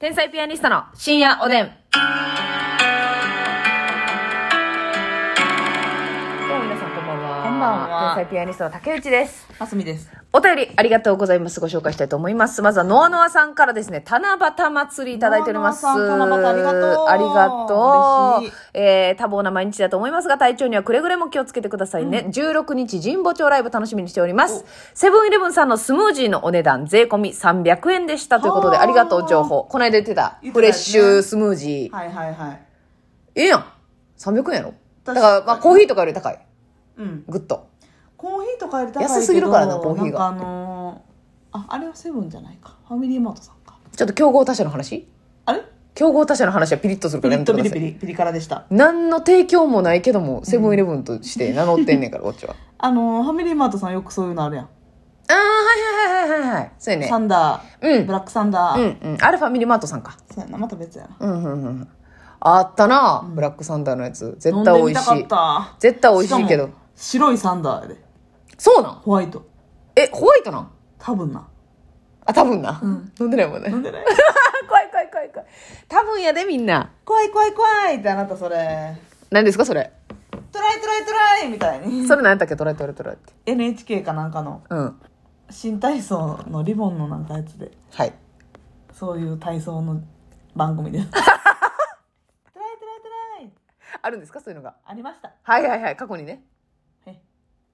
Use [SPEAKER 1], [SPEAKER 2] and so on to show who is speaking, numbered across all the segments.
[SPEAKER 1] 天才ピアニストの深夜おでん。どうも皆さんこんばんは。
[SPEAKER 2] こんばんは
[SPEAKER 1] 天才ピアニストの竹内です。
[SPEAKER 2] あすみです。
[SPEAKER 1] お便りありがとうございます。ご紹介したいと思います。まずはノアノアさんからですね、七夕祭りいただいております。
[SPEAKER 2] ノアノアさん七夕ありがとう
[SPEAKER 1] ありがとう
[SPEAKER 2] 嬉しい
[SPEAKER 1] えー多忙な毎日だと思いますが、体調にはくれぐれも気をつけてくださいね。16日、神保町ライブ楽しみにしております。セブンイレブンさんのスムージーのお値段、税込み300円でしたということで、
[SPEAKER 2] はあ
[SPEAKER 1] ありがとう情報。この間言ってた、
[SPEAKER 2] 言ってたやつね
[SPEAKER 1] フレッシュスムージー。
[SPEAKER 2] はいはいはい。
[SPEAKER 1] ええやん !300 円やろだか、
[SPEAKER 2] 確からに
[SPEAKER 1] まあ、コーヒーとかより高い。
[SPEAKER 2] うん。
[SPEAKER 1] ぐっと。
[SPEAKER 2] コーヒーとかより高いけど
[SPEAKER 1] 安すぎるからなコーヒーが
[SPEAKER 2] なんかあのーあ、あれはセブンじゃないか。ファミリーマートさんか。
[SPEAKER 1] ちょっと競合他社の話
[SPEAKER 2] あれ
[SPEAKER 1] 競合他社の話はピリッとするか
[SPEAKER 2] ピ
[SPEAKER 1] ら
[SPEAKER 2] リ
[SPEAKER 1] やめ
[SPEAKER 2] ッ
[SPEAKER 1] てくだ
[SPEAKER 2] とピ
[SPEAKER 1] さ
[SPEAKER 2] リ
[SPEAKER 1] い
[SPEAKER 2] ピ。リ、ピリ辛でした。
[SPEAKER 1] 何の提供もないけども、セブンイレブンとして名乗ってんねんから、こっちは。
[SPEAKER 2] あのーファミリーマートさんよくそういうのあるやん。
[SPEAKER 1] ああ、はいはいはいはいはい。そうやね
[SPEAKER 2] サ。ンダ
[SPEAKER 1] う
[SPEAKER 2] ー、
[SPEAKER 1] ん
[SPEAKER 2] ブラックサンダー。
[SPEAKER 1] うんうん。あれファミリーマートさんか。
[SPEAKER 2] そうやな、また別やな。
[SPEAKER 1] うんうんうん。あったな、ブラックサンダーのやつ。絶対
[SPEAKER 2] 飲ん
[SPEAKER 1] 美味
[SPEAKER 2] でみた
[SPEAKER 1] し
[SPEAKER 2] か
[SPEAKER 1] い
[SPEAKER 2] っ。た。
[SPEAKER 1] 絶対美味しいけど
[SPEAKER 2] か。も。白いサンダーやで。
[SPEAKER 1] そうなん
[SPEAKER 2] ホワイト。
[SPEAKER 1] え、ホワイトなん
[SPEAKER 2] 多分な。
[SPEAKER 1] あ、多分な。
[SPEAKER 2] うん
[SPEAKER 1] 飲んでないもんね。
[SPEAKER 2] 飲んでない
[SPEAKER 1] 怖い怖い怖い怖い。多分やでみんな。
[SPEAKER 2] 怖い怖い怖いってあなたそれ。
[SPEAKER 1] 何ですかそれ。
[SPEAKER 2] トライトライトライみたいに。
[SPEAKER 1] それ何やったっけトライトライトライって。
[SPEAKER 2] NHK かなんかの
[SPEAKER 1] うん。
[SPEAKER 2] 新体操のリボンのなんかやつで。
[SPEAKER 1] はい。
[SPEAKER 2] そういう体操の番組 です。トライトライトライ
[SPEAKER 1] あるんですかそういうのが。
[SPEAKER 2] ありました。
[SPEAKER 1] はいはいはい。過去に ね。
[SPEAKER 2] え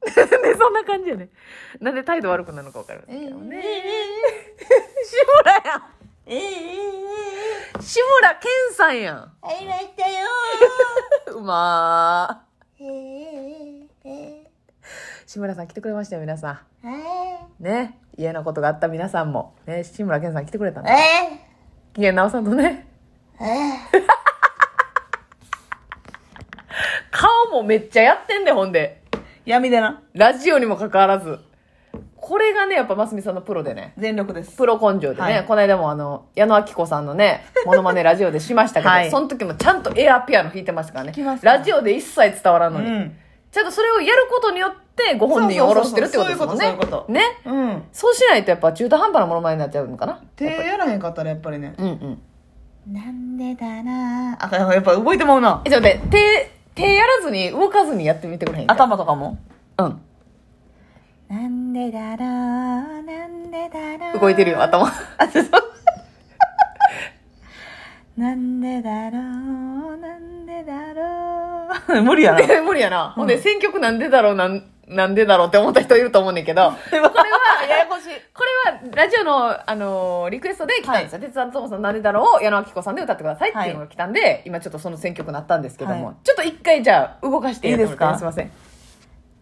[SPEAKER 1] で、そんな感じやね。なんで態度悪くなるのか分からないけどね。志村やん
[SPEAKER 2] えええ
[SPEAKER 1] 志村けんさんやん
[SPEAKER 2] ありました よ
[SPEAKER 1] うま
[SPEAKER 2] えええ
[SPEAKER 1] ー志村さん来てくれましたよ皆さ
[SPEAKER 2] え
[SPEAKER 1] んね嫌なことがあった皆さんもね志村けんさん来てくれた
[SPEAKER 2] え
[SPEAKER 1] の機嫌直さんとね
[SPEAKER 2] え
[SPEAKER 1] 顔もめっちゃやってんでほんで
[SPEAKER 2] 闇でな。
[SPEAKER 1] ラジオにもかかわらずこれがねやっぱますみさんのプロでね
[SPEAKER 2] 全力です。
[SPEAKER 1] プロ根性でね、
[SPEAKER 2] はい
[SPEAKER 1] この間もあの矢野明子さんのねモノマネラジオでしましたけど、
[SPEAKER 2] はい
[SPEAKER 1] その時もちゃんとエアピアノ弾いてましたからね
[SPEAKER 2] きますから
[SPEAKER 1] ラジオで一切伝わらん
[SPEAKER 2] う
[SPEAKER 1] のに、
[SPEAKER 2] ん。
[SPEAKER 1] ちゃんとそれをやることによってご本人を下ろしてるってことですもんね
[SPEAKER 2] そうそうそうそういうことそういうこと
[SPEAKER 1] ね
[SPEAKER 2] うん。
[SPEAKER 1] そうしないとやっぱ中途半端なものまねになっちゃうのかな。
[SPEAKER 2] 手やらへんかったらやっぱりね。
[SPEAKER 1] うんうん。
[SPEAKER 2] なんでだなあ、やっぱ動いてもうな。
[SPEAKER 1] え、ちょっと待って、手、手やらずに動かずにやってみてくれへんか。
[SPEAKER 2] 頭とかも。
[SPEAKER 1] うん。
[SPEAKER 2] なんでだろう、なんでだろ
[SPEAKER 1] 動いてるよ、頭。
[SPEAKER 2] なんでだろう、なんでだろう。 無理やな。
[SPEAKER 1] で 無理やな。ほんで、選曲なんでだろう、なん、なんでだろうって思った人いると思うねんけ ど、これは、
[SPEAKER 2] ややこしい。
[SPEAKER 1] これは、ラジオの、あのーリクエストで来たんですよ。鉄腕ともさんなんでだろうを矢野明子さんで歌ってくださいっていうのが来たんで、今ちょっとその選曲になったんですけども、
[SPEAKER 2] はい
[SPEAKER 1] ちょっと一回じゃあ動かしてやってもらって
[SPEAKER 2] いいですか
[SPEAKER 1] すいません。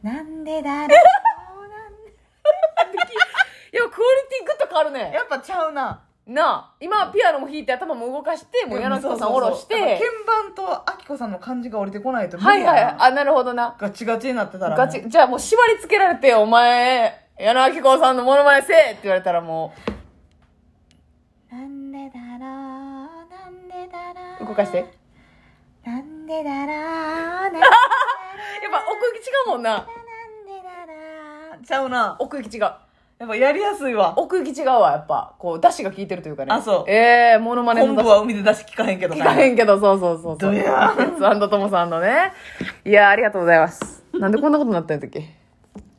[SPEAKER 2] なんでだろう。
[SPEAKER 1] いや、クオリティグッと変わるね。
[SPEAKER 2] やっぱちゃうな。
[SPEAKER 1] なあ、今ピアノも弾いて頭も動かして、もう矢野明子さん下ろして、
[SPEAKER 2] やっぱ鍵盤とあきこさんの感じが降りてこないと無
[SPEAKER 1] は
[SPEAKER 2] 理
[SPEAKER 1] い
[SPEAKER 2] やな。
[SPEAKER 1] はいはい。あ、なるほどな。
[SPEAKER 2] ガチガチになってたら。
[SPEAKER 1] ガチ。。じゃあもう縛り付けられて、お前、矢野明子さんのモノマネせえって言われたらも
[SPEAKER 2] なんでだろう、なんでだろ
[SPEAKER 1] う、
[SPEAKER 2] う。
[SPEAKER 1] 動かして。やっ
[SPEAKER 2] なんでだろう、なんでだろう。
[SPEAKER 1] ぱ奥行き違うもんな。
[SPEAKER 2] ちゃうな。
[SPEAKER 1] 奥行き違う。
[SPEAKER 2] やっぱやりやすいわ。
[SPEAKER 1] 奥行き違うわ、やっぱ。こう、出汁が効いてるというかね。
[SPEAKER 2] あそう
[SPEAKER 1] ええモノマネ
[SPEAKER 2] 昆
[SPEAKER 1] の
[SPEAKER 2] 布
[SPEAKER 1] 出汁。
[SPEAKER 2] は海で出し聞かへんけど
[SPEAKER 1] 聞かへんけど、そうそうそうそう。
[SPEAKER 2] どや
[SPEAKER 1] 鉄腕ともさんのね。いやー、ありがとうございます。なんでこんなことになったんだっけ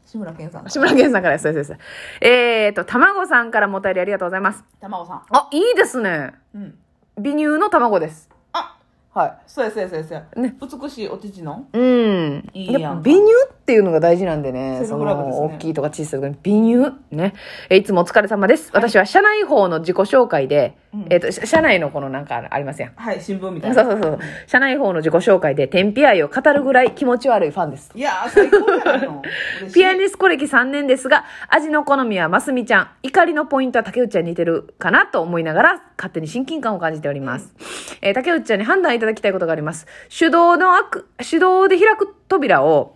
[SPEAKER 2] 志村けんさん。
[SPEAKER 1] 志村けんさんからです。そうですそうです。えーと、卵さんからもお便りありがとうございます。
[SPEAKER 2] 卵さん。
[SPEAKER 1] あ、いいですね。
[SPEAKER 2] うん。
[SPEAKER 1] 美乳の卵です。
[SPEAKER 2] あ、
[SPEAKER 1] はい。
[SPEAKER 2] そうやそうやそうやそうや。
[SPEAKER 1] ね
[SPEAKER 2] 美しいお乳の
[SPEAKER 1] うん。
[SPEAKER 2] いいやんか
[SPEAKER 1] やっぱ美乳っていうのが大事なんでね。
[SPEAKER 2] セル
[SPEAKER 1] そ
[SPEAKER 2] フラブです
[SPEAKER 1] の、
[SPEAKER 2] ね
[SPEAKER 1] 大きいとか小さいとかに美乳。ね。え、いつもお疲れ様です。私は社内法の自己紹介で、
[SPEAKER 2] うん
[SPEAKER 1] えっ、と、社社内のこのなんかありますやん。
[SPEAKER 2] はい、新聞みた
[SPEAKER 1] そ
[SPEAKER 2] いうな。
[SPEAKER 1] そうそう。社内法の自己紹介で、天日愛を語るぐらい気持ち悪いファンです。
[SPEAKER 2] いやー、最高や なの。嬉しい
[SPEAKER 1] ピアニスコ歴3年ですが、味の好みはますみちゃん、怒りのポイントは竹内ちゃんに似てるかなと思いながら、勝手に親近感を感じております。えー竹内ちゃんに判断いただきたいことがあります。手動の開く、手動で開く扉を、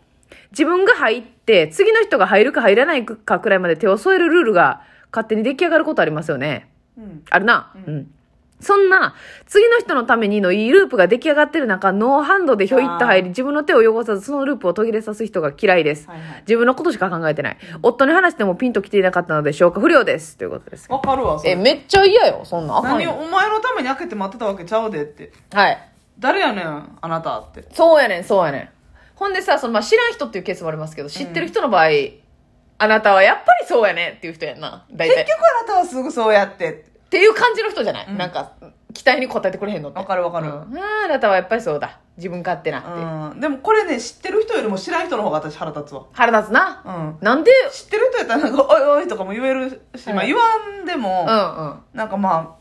[SPEAKER 1] 自分が入って、次の人が入るか入らないかくらいまで手を添えるルールが勝手に出来上がることありますよね。
[SPEAKER 2] うん。
[SPEAKER 1] あるな。うん。そんな、次の人のためにのいいループが出来上がってる中、ノーハンドでひょいっと入り、自分の手を汚さず、そのループを途切れさす人が嫌いです。
[SPEAKER 2] はいはい。
[SPEAKER 1] 自分のことしか考えてない。夫に話してもピンと来ていなかったので消化不良です。ということです。
[SPEAKER 2] わかるわ、そ
[SPEAKER 1] え、
[SPEAKER 2] れ。
[SPEAKER 1] めっちゃ嫌よ、そんなん。あかん
[SPEAKER 2] 何
[SPEAKER 1] よ。
[SPEAKER 2] お前のために開けて待ってたわけちゃうでって。
[SPEAKER 1] はい。
[SPEAKER 2] 誰やねん、あなたって。
[SPEAKER 1] そうやねん、そうやねん。ほんでさ、その、まあ、知らん人っていうケースもありますけど、知ってる人の場合、あなたはやっぱりそうやねんっていう人やんな。大
[SPEAKER 2] 結
[SPEAKER 1] 体。
[SPEAKER 2] 局あなたはすぐそうやって。
[SPEAKER 1] っていう感じの人じゃない、
[SPEAKER 2] うん
[SPEAKER 1] なんか、期待に応えてくれへんのって。
[SPEAKER 2] わかるわかる
[SPEAKER 1] うんあーあなたはやっぱりそうだ。自分勝手なっていう。
[SPEAKER 2] うん。でもこれね、知ってる人よりも知らん人の方が私腹立つわ。
[SPEAKER 1] 腹立つな。
[SPEAKER 2] うん。
[SPEAKER 1] なんで、
[SPEAKER 2] 知ってる人やったらなんか、おいおいとかも言えるし、
[SPEAKER 1] うん
[SPEAKER 2] まあ言わんで
[SPEAKER 1] う
[SPEAKER 2] も
[SPEAKER 1] ん、うん。
[SPEAKER 2] なんかま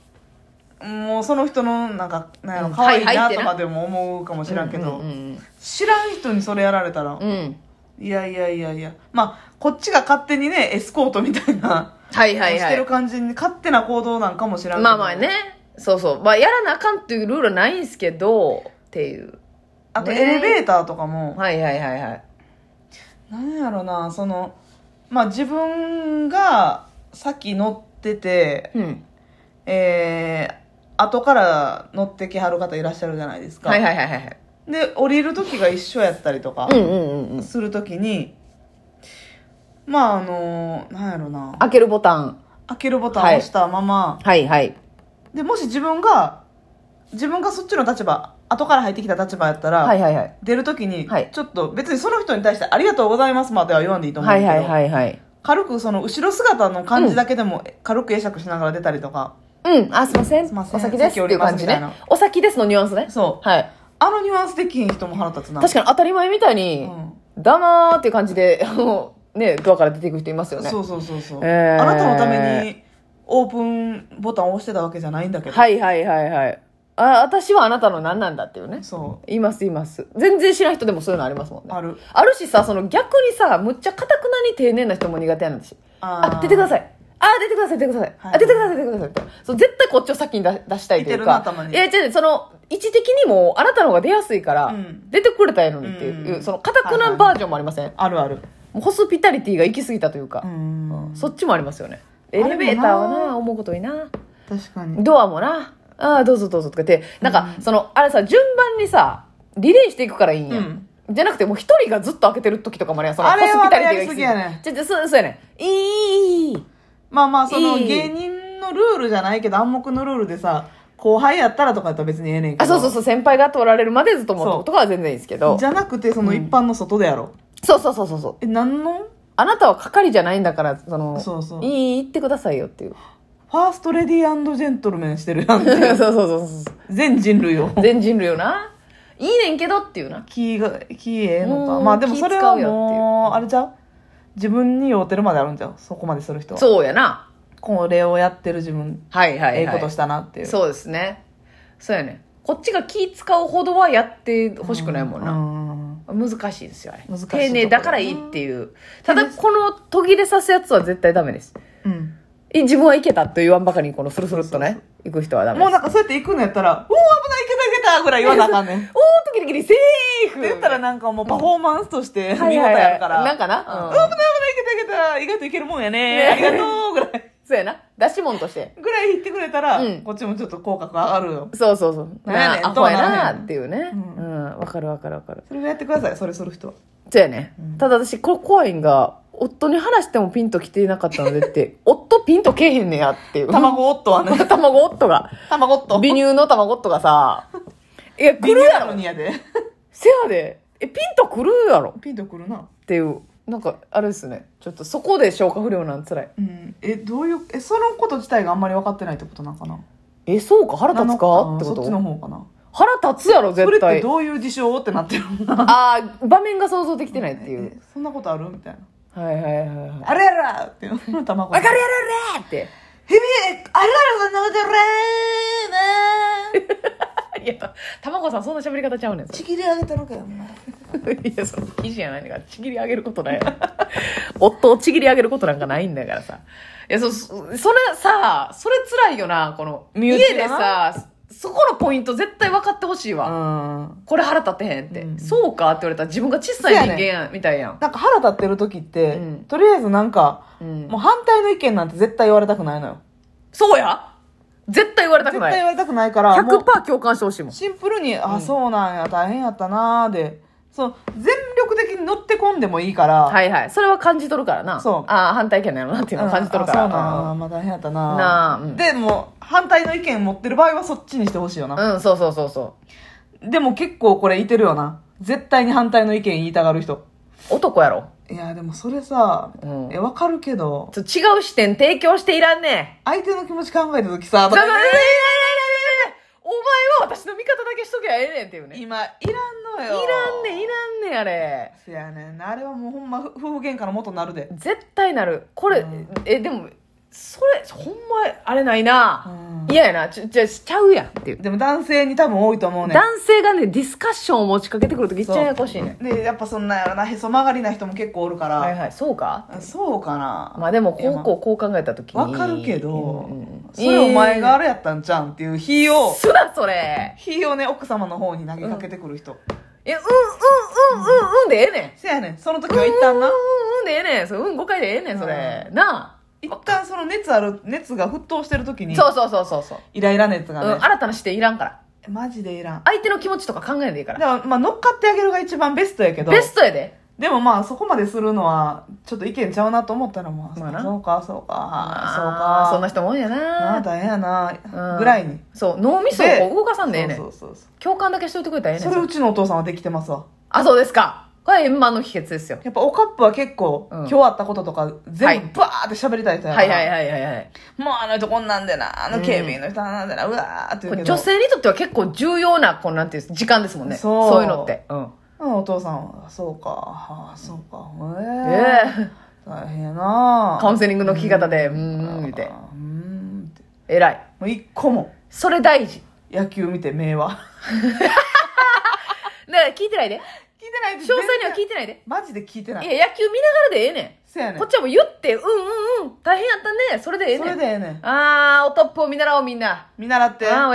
[SPEAKER 2] あ、もうその人の、なんか、なんやろ
[SPEAKER 1] うん
[SPEAKER 2] 可愛い
[SPEAKER 1] はいはいっ
[SPEAKER 2] な
[SPEAKER 1] て
[SPEAKER 2] と
[SPEAKER 1] な
[SPEAKER 2] かでも思うかもしらんけど、
[SPEAKER 1] うん
[SPEAKER 2] 知らん人にそれやられたら
[SPEAKER 1] うん、うん。うん。
[SPEAKER 2] いやいやいやいや、まあ、こっちが勝手にね、エスコートみたいな、
[SPEAKER 1] はいはい
[SPEAKER 2] し
[SPEAKER 1] は
[SPEAKER 2] てる
[SPEAKER 1] い。
[SPEAKER 2] 感じに、勝手な行動なんかもしらんけど。
[SPEAKER 1] まあまあね。そうそう。まあ、やらなあかんっていうルールはないんすけど、っていう。
[SPEAKER 2] あと、
[SPEAKER 1] ね
[SPEAKER 2] エレベーターとかも、
[SPEAKER 1] はいはいはいはい。
[SPEAKER 2] なんやろな、その、まあ自分が先乗ってて、
[SPEAKER 1] うん。
[SPEAKER 2] えー、後から乗ってきはる方いらっしゃるじゃないですか。
[SPEAKER 1] はいはいはいはい。
[SPEAKER 2] で、降りる時が一緒やったりとか
[SPEAKER 1] う、んうんうんうん。
[SPEAKER 2] する時に、まああの、なんやろな、
[SPEAKER 1] 開けるボタン。
[SPEAKER 2] 開けるボタンを押したまま、
[SPEAKER 1] はいはい。
[SPEAKER 2] で、もし自分が、自分がそっちの立場、後から入ってきた立場やったら、
[SPEAKER 1] はいはいはい。
[SPEAKER 2] 出るときに、
[SPEAKER 1] はい
[SPEAKER 2] ちょっと別にその人に対してありがとうございますまでは言わんでいいと思う
[SPEAKER 1] は
[SPEAKER 2] んだ
[SPEAKER 1] い
[SPEAKER 2] けど、
[SPEAKER 1] はいはいはい。
[SPEAKER 2] 軽くその後ろ姿の感じだけでも軽く会釈しながら出たりとか、
[SPEAKER 1] うん。あ、すいません。
[SPEAKER 2] すいません
[SPEAKER 1] お先ですっていう感じ
[SPEAKER 2] 席降り
[SPEAKER 1] ね
[SPEAKER 2] ますみた。
[SPEAKER 1] お先ですのニュアンスね。
[SPEAKER 2] そ
[SPEAKER 1] はい。
[SPEAKER 2] う。あのニュアンスできひん人も腹立つな。
[SPEAKER 1] 確かに当たり前みたいに、だまーっていう感じで、あのね、ドアから出ていく人います
[SPEAKER 2] う
[SPEAKER 1] よ
[SPEAKER 2] ん、
[SPEAKER 1] ね。
[SPEAKER 2] そうそうそうそう、
[SPEAKER 1] えー
[SPEAKER 2] あなたのためにオープンボタンを押してたわけじゃないんだけど。
[SPEAKER 1] はいはいはいはい。あ、私はあなたの何なんだっていうね。
[SPEAKER 2] そ
[SPEAKER 1] いますいます。全然知らん人でもそういうのありますもん
[SPEAKER 2] う。
[SPEAKER 1] ね。
[SPEAKER 2] ある。
[SPEAKER 1] あるしさ、その逆にさ、むっちゃかたくなに丁寧な人も苦手なんです
[SPEAKER 2] あ
[SPEAKER 1] あ、出てくだ
[SPEAKER 2] い。
[SPEAKER 1] さい。あ、出てください、出てください。
[SPEAKER 2] はい
[SPEAKER 1] あ、出てください、出てくださいって。そう、絶対こっちを先に出出したいというか。
[SPEAKER 2] 来てるなたまに
[SPEAKER 1] いや、違う、その、位置的にも、あなたの方が出やすいから、
[SPEAKER 2] うん
[SPEAKER 1] 出てくれたらいいのにっていう、
[SPEAKER 2] うん
[SPEAKER 1] その、かたくなバージョンもありません、
[SPEAKER 2] あるある。
[SPEAKER 1] もうホスピタリティが行き過ぎたというか、
[SPEAKER 2] うん。
[SPEAKER 1] そっちもありますよね。
[SPEAKER 2] れ
[SPEAKER 1] エ
[SPEAKER 2] もな
[SPEAKER 1] レベーターはな、思うことにな。
[SPEAKER 2] 確かに。
[SPEAKER 1] ドアもな、ああ、どうぞどうぞとかって、なんか、その、あれさ、順番にさ、リレーしていくからいいんや。
[SPEAKER 2] うん
[SPEAKER 1] じゃなくて、もう一人がずっと開けてる時とかもあるやん。その
[SPEAKER 2] あれは
[SPEAKER 1] ホスピタリティが行
[SPEAKER 2] やりす
[SPEAKER 1] き
[SPEAKER 2] ぎ
[SPEAKER 1] 過
[SPEAKER 2] や
[SPEAKER 1] ぎ
[SPEAKER 2] ね
[SPEAKER 1] ちょちょ、そう、そうやねん。いいいい、いい、いい。
[SPEAKER 2] まあまあその
[SPEAKER 1] いい
[SPEAKER 2] 芸人のルールじゃないけど暗黙のルールでさ後輩やったらとかやったら別にええねんけど
[SPEAKER 1] あ、そうそうそう、先輩が通られるまでずっと
[SPEAKER 2] そ
[SPEAKER 1] も
[SPEAKER 2] う
[SPEAKER 1] うとかは全然いいですけど
[SPEAKER 2] じ。ゃなくてその一般の外でやろ、
[SPEAKER 1] そうそうそうそうそう。
[SPEAKER 2] うえ何の
[SPEAKER 1] あなたは係じゃないんだから、その、
[SPEAKER 2] そうそう
[SPEAKER 1] いい、言ってくださいよっていう。
[SPEAKER 2] ファーストレディージェントルメンしてるや ん
[SPEAKER 1] そうそうそうそう。
[SPEAKER 2] 全人類を
[SPEAKER 1] 全人類よな。いいねんけどっていうな。
[SPEAKER 2] 気が気ええのか
[SPEAKER 1] うん
[SPEAKER 2] まあでもそれは
[SPEAKER 1] 気使うよってい
[SPEAKER 2] もうあれちゃう自分に酔うてるまであるんじゃうそこまでする人は
[SPEAKER 1] そうやな。
[SPEAKER 2] これをやってる自分
[SPEAKER 1] はいはいはい。
[SPEAKER 2] ええことしたなっていう
[SPEAKER 1] そうですね。そうやね。こっちが気使うほどはやってほしくないもんな。
[SPEAKER 2] な
[SPEAKER 1] 難しいんですよ、あれ。
[SPEAKER 2] 難しいところ
[SPEAKER 1] 丁寧だからいいっていう。ただ、この途切れさすやつは絶対ダメです。
[SPEAKER 2] うん、
[SPEAKER 1] い自分はいけたと言わんばかりに、このスルスルっとね、行く人はダメ
[SPEAKER 2] も
[SPEAKER 1] で
[SPEAKER 2] う
[SPEAKER 1] す。
[SPEAKER 2] なんかそうやって行くのやったら「おお危ないいけたいけた」ぐらい言わなあかん ねん
[SPEAKER 1] おーっとギリギリセーフ
[SPEAKER 2] って言ったら
[SPEAKER 1] ね、
[SPEAKER 2] なんかもうパフォーマンスとして見
[SPEAKER 1] は
[SPEAKER 2] 事
[SPEAKER 1] いはいはい
[SPEAKER 2] やるから。
[SPEAKER 1] なんかな
[SPEAKER 2] う
[SPEAKER 1] うんん
[SPEAKER 2] 危ない危ない、いけたいけた、意外といけるもんやね。
[SPEAKER 1] ね
[SPEAKER 2] ありがとう、ぐらい。
[SPEAKER 1] そうやな。出し物として。
[SPEAKER 2] ぐらい言ってくれたら、
[SPEAKER 1] うん
[SPEAKER 2] こっちもちょっと口角上がるよ。
[SPEAKER 1] そうそうそう。
[SPEAKER 2] なんやねん
[SPEAKER 1] なあアホや
[SPEAKER 2] どうな
[SPEAKER 1] なん
[SPEAKER 2] ねん
[SPEAKER 1] っていうね。
[SPEAKER 2] う
[SPEAKER 1] うんん。わ、かるわかるわかる。
[SPEAKER 2] それをやってください、それする人は。
[SPEAKER 1] そうやね。
[SPEAKER 2] うん
[SPEAKER 1] ただ私、これ怖いんが、夫に話してもピンと来ていなかったので って、夫ピンとけえへんねやっていう。
[SPEAKER 2] 卵夫はね、
[SPEAKER 1] 卵夫が。
[SPEAKER 2] 卵 夫。
[SPEAKER 1] 美乳の卵夫がさ、いや、来るやろ
[SPEAKER 2] にやで。
[SPEAKER 1] せやで。え、ピンと来るやろ
[SPEAKER 2] ピンとくるな。
[SPEAKER 1] っていう。なんか、あれですね。ちょっとそこで消化不良なんつらい。
[SPEAKER 2] うん。え、どういう、え、そのこと自体があんまり分かってないってことなんかな。
[SPEAKER 1] え、そうか腹立つ
[SPEAKER 2] な
[SPEAKER 1] か
[SPEAKER 2] の
[SPEAKER 1] ってこ
[SPEAKER 2] そっちの
[SPEAKER 1] と
[SPEAKER 2] 方かな。
[SPEAKER 1] 腹立つやろ、
[SPEAKER 2] それ
[SPEAKER 1] 絶
[SPEAKER 2] って
[SPEAKER 1] 対。
[SPEAKER 2] どういう事象ってなってるも んな。
[SPEAKER 1] ああ、場面が想像できてないっていう。
[SPEAKER 2] え。そんなことあるみたいな。
[SPEAKER 1] はいはいはいはい。
[SPEAKER 2] あれやらっていうの。卵。
[SPEAKER 1] わかるやろやって。
[SPEAKER 2] ヘビあれだろ、そんなことやらーなー
[SPEAKER 1] いや、卵さんそんな喋り方ちゃうねん。
[SPEAKER 2] ちぎり上げたろかよ、お前。
[SPEAKER 1] いや、その記事やないんだから、ちぎり上げること ない。夫をちぎり上げることなんかないんだからさ。いや、そ、そそれさ、それ辛いよな、この、
[SPEAKER 2] 身内
[SPEAKER 1] 家で
[SPEAKER 2] がな
[SPEAKER 1] さ、そこのポイント絶対分かってほしいわ。
[SPEAKER 2] うん。
[SPEAKER 1] これ腹立ってへんって。
[SPEAKER 2] うん
[SPEAKER 1] そうかって言われたら自分が小さい人間やん、みたいやん。
[SPEAKER 2] なんか腹立ってる時って、
[SPEAKER 1] うん
[SPEAKER 2] とりあえずなんか、
[SPEAKER 1] うん
[SPEAKER 2] もう反対の意見なんて絶対言われたくないのよ。
[SPEAKER 1] そうや絶対言われたく
[SPEAKER 2] 絶
[SPEAKER 1] な
[SPEAKER 2] 対言
[SPEAKER 1] い。
[SPEAKER 2] われたくないからもう
[SPEAKER 1] 100%共感してほしいもん。
[SPEAKER 2] シンプルに、あ、そうなんや、大変やったなーで、そう、全力的に乗ってこんでもいいから、
[SPEAKER 1] はいはい。それは感じ取るからな。
[SPEAKER 2] そう
[SPEAKER 1] ああ、反対意見なのなっていうのは感じ取るから。
[SPEAKER 2] うんあそうなんや、まあ大変やったなー
[SPEAKER 1] なあうん
[SPEAKER 2] でも、反対の意見持ってる場合はそっちにしてほしいよな。
[SPEAKER 1] うん、そうそうそうそ
[SPEAKER 2] でも結構これいてるよな。絶対に反対の意見言いたがる人。
[SPEAKER 1] う。男やろ。
[SPEAKER 2] いや、でもそれさ、
[SPEAKER 1] うん
[SPEAKER 2] え、わかるけど、
[SPEAKER 1] ちょ違う視点提供していらんね
[SPEAKER 2] 相手の気持ち考えた時さ、
[SPEAKER 1] ん。ちょちょ
[SPEAKER 2] とか
[SPEAKER 1] お前は私の味方だけしときゃええねんっていうね。い
[SPEAKER 2] 今、いらんの
[SPEAKER 1] ら
[SPEAKER 2] よ。
[SPEAKER 1] んねん、いらんねん、あれ。
[SPEAKER 2] せやねんな。あれはもうほんま、夫夫婦喧嘩の元になるで。
[SPEAKER 1] 絶対なる。これ、
[SPEAKER 2] うん
[SPEAKER 1] え、でも、それ、ほんま、あれないな。
[SPEAKER 2] うん
[SPEAKER 1] 嫌、やな。ちょ、ちょ、しちゃうやんっていう。
[SPEAKER 2] でも男性に多分多いと思うねん。
[SPEAKER 1] 男性がね、ディスカッションを持ちかけてくるとき、一番ややこしいねん。
[SPEAKER 2] でやっぱそんなんやろなへそ曲がりな人も結構おるから、
[SPEAKER 1] はいはい、そうか
[SPEAKER 2] そうかな
[SPEAKER 1] まあでも、こ
[SPEAKER 2] いうや
[SPEAKER 1] こう、こう考えたときに。
[SPEAKER 2] まあわかるけど、
[SPEAKER 1] うんうん
[SPEAKER 2] それお前があれやったんじゃうんっていう火を、
[SPEAKER 1] すだそれ
[SPEAKER 2] 火をね奥様の方に投げかけてくる人、
[SPEAKER 1] いや、うん、うん、うん、うん、うんでええねん。
[SPEAKER 2] せやねんその時は一
[SPEAKER 1] う
[SPEAKER 2] 旦な、
[SPEAKER 1] ん、うん、うんでええねん。それうん、誤解でええねん、それ。な
[SPEAKER 2] 一旦その熱ある熱が沸騰してる時
[SPEAKER 1] あ。
[SPEAKER 2] に
[SPEAKER 1] そうそうそうそうそう。
[SPEAKER 2] イライラ熱
[SPEAKER 1] うん、
[SPEAKER 2] がね、
[SPEAKER 1] 新たな視点いらんから。
[SPEAKER 2] マジでいらん
[SPEAKER 1] 相手の気持ちとか考えんでいいか
[SPEAKER 2] だ
[SPEAKER 1] ら。
[SPEAKER 2] からまあ乗っかってあげるが一番ベストやけど
[SPEAKER 1] ベストやで。
[SPEAKER 2] でもまあそこまでするのはちょっと意見ちゃうなと思ったらまあ、
[SPEAKER 1] まあな
[SPEAKER 2] そうかそうか
[SPEAKER 1] あー
[SPEAKER 2] そ
[SPEAKER 1] そ
[SPEAKER 2] うんか
[SPEAKER 1] な人も多いんや
[SPEAKER 2] ああ
[SPEAKER 1] な。
[SPEAKER 2] 大変やな、
[SPEAKER 1] うん
[SPEAKER 2] ぐらいに
[SPEAKER 1] そう、脳みそをこう動かさんでええね
[SPEAKER 2] そ
[SPEAKER 1] ん
[SPEAKER 2] う。そうそうそう
[SPEAKER 1] 共感だけしといてくれたらええね
[SPEAKER 2] そ
[SPEAKER 1] ん。
[SPEAKER 2] れ
[SPEAKER 1] そう
[SPEAKER 2] ちのお父さんはできてますわ
[SPEAKER 1] あ、そうですか。これは円満の秘訣ですよ。
[SPEAKER 2] やっぱおカップは結構、
[SPEAKER 1] うん
[SPEAKER 2] 今日あったこととか全
[SPEAKER 1] は
[SPEAKER 2] 部バーって喋りたい人やか
[SPEAKER 1] は
[SPEAKER 2] ら、
[SPEAKER 1] いはいはいはいはい。
[SPEAKER 2] もうあの人こんなんでなあの警備員の人あんなんでな、うわーって言
[SPEAKER 1] これ
[SPEAKER 2] うけど
[SPEAKER 1] 女性にとっては結構重要な、こうなんていうんです時間ですもんね。
[SPEAKER 2] そう
[SPEAKER 1] そういうのって。うん。
[SPEAKER 2] うんお父さんはそうかああそうか
[SPEAKER 1] え
[SPEAKER 2] ええ
[SPEAKER 1] え。
[SPEAKER 2] 大変やな
[SPEAKER 1] カウンセリングの聞き方で、うーん、
[SPEAKER 2] 見
[SPEAKER 1] 見て
[SPEAKER 2] う。ーんって
[SPEAKER 1] 偉い。
[SPEAKER 2] もう一個も
[SPEAKER 1] それ大事。
[SPEAKER 2] 野球見て名は
[SPEAKER 1] だから聞いてないで。
[SPEAKER 2] 聞いてない
[SPEAKER 1] 詳細には聞いてないで。
[SPEAKER 2] マジで聞いてない
[SPEAKER 1] いや、野球見ながらでええね
[SPEAKER 2] せやね
[SPEAKER 1] ん。
[SPEAKER 2] ん
[SPEAKER 1] こっちはもう言って、うんうんうん、大変やったね。それでええ
[SPEAKER 2] そ
[SPEAKER 1] ね
[SPEAKER 2] れ
[SPEAKER 1] ん。
[SPEAKER 2] でええねん
[SPEAKER 1] あー、おトップを見習おうみんな。
[SPEAKER 2] 見習って
[SPEAKER 1] あー、おや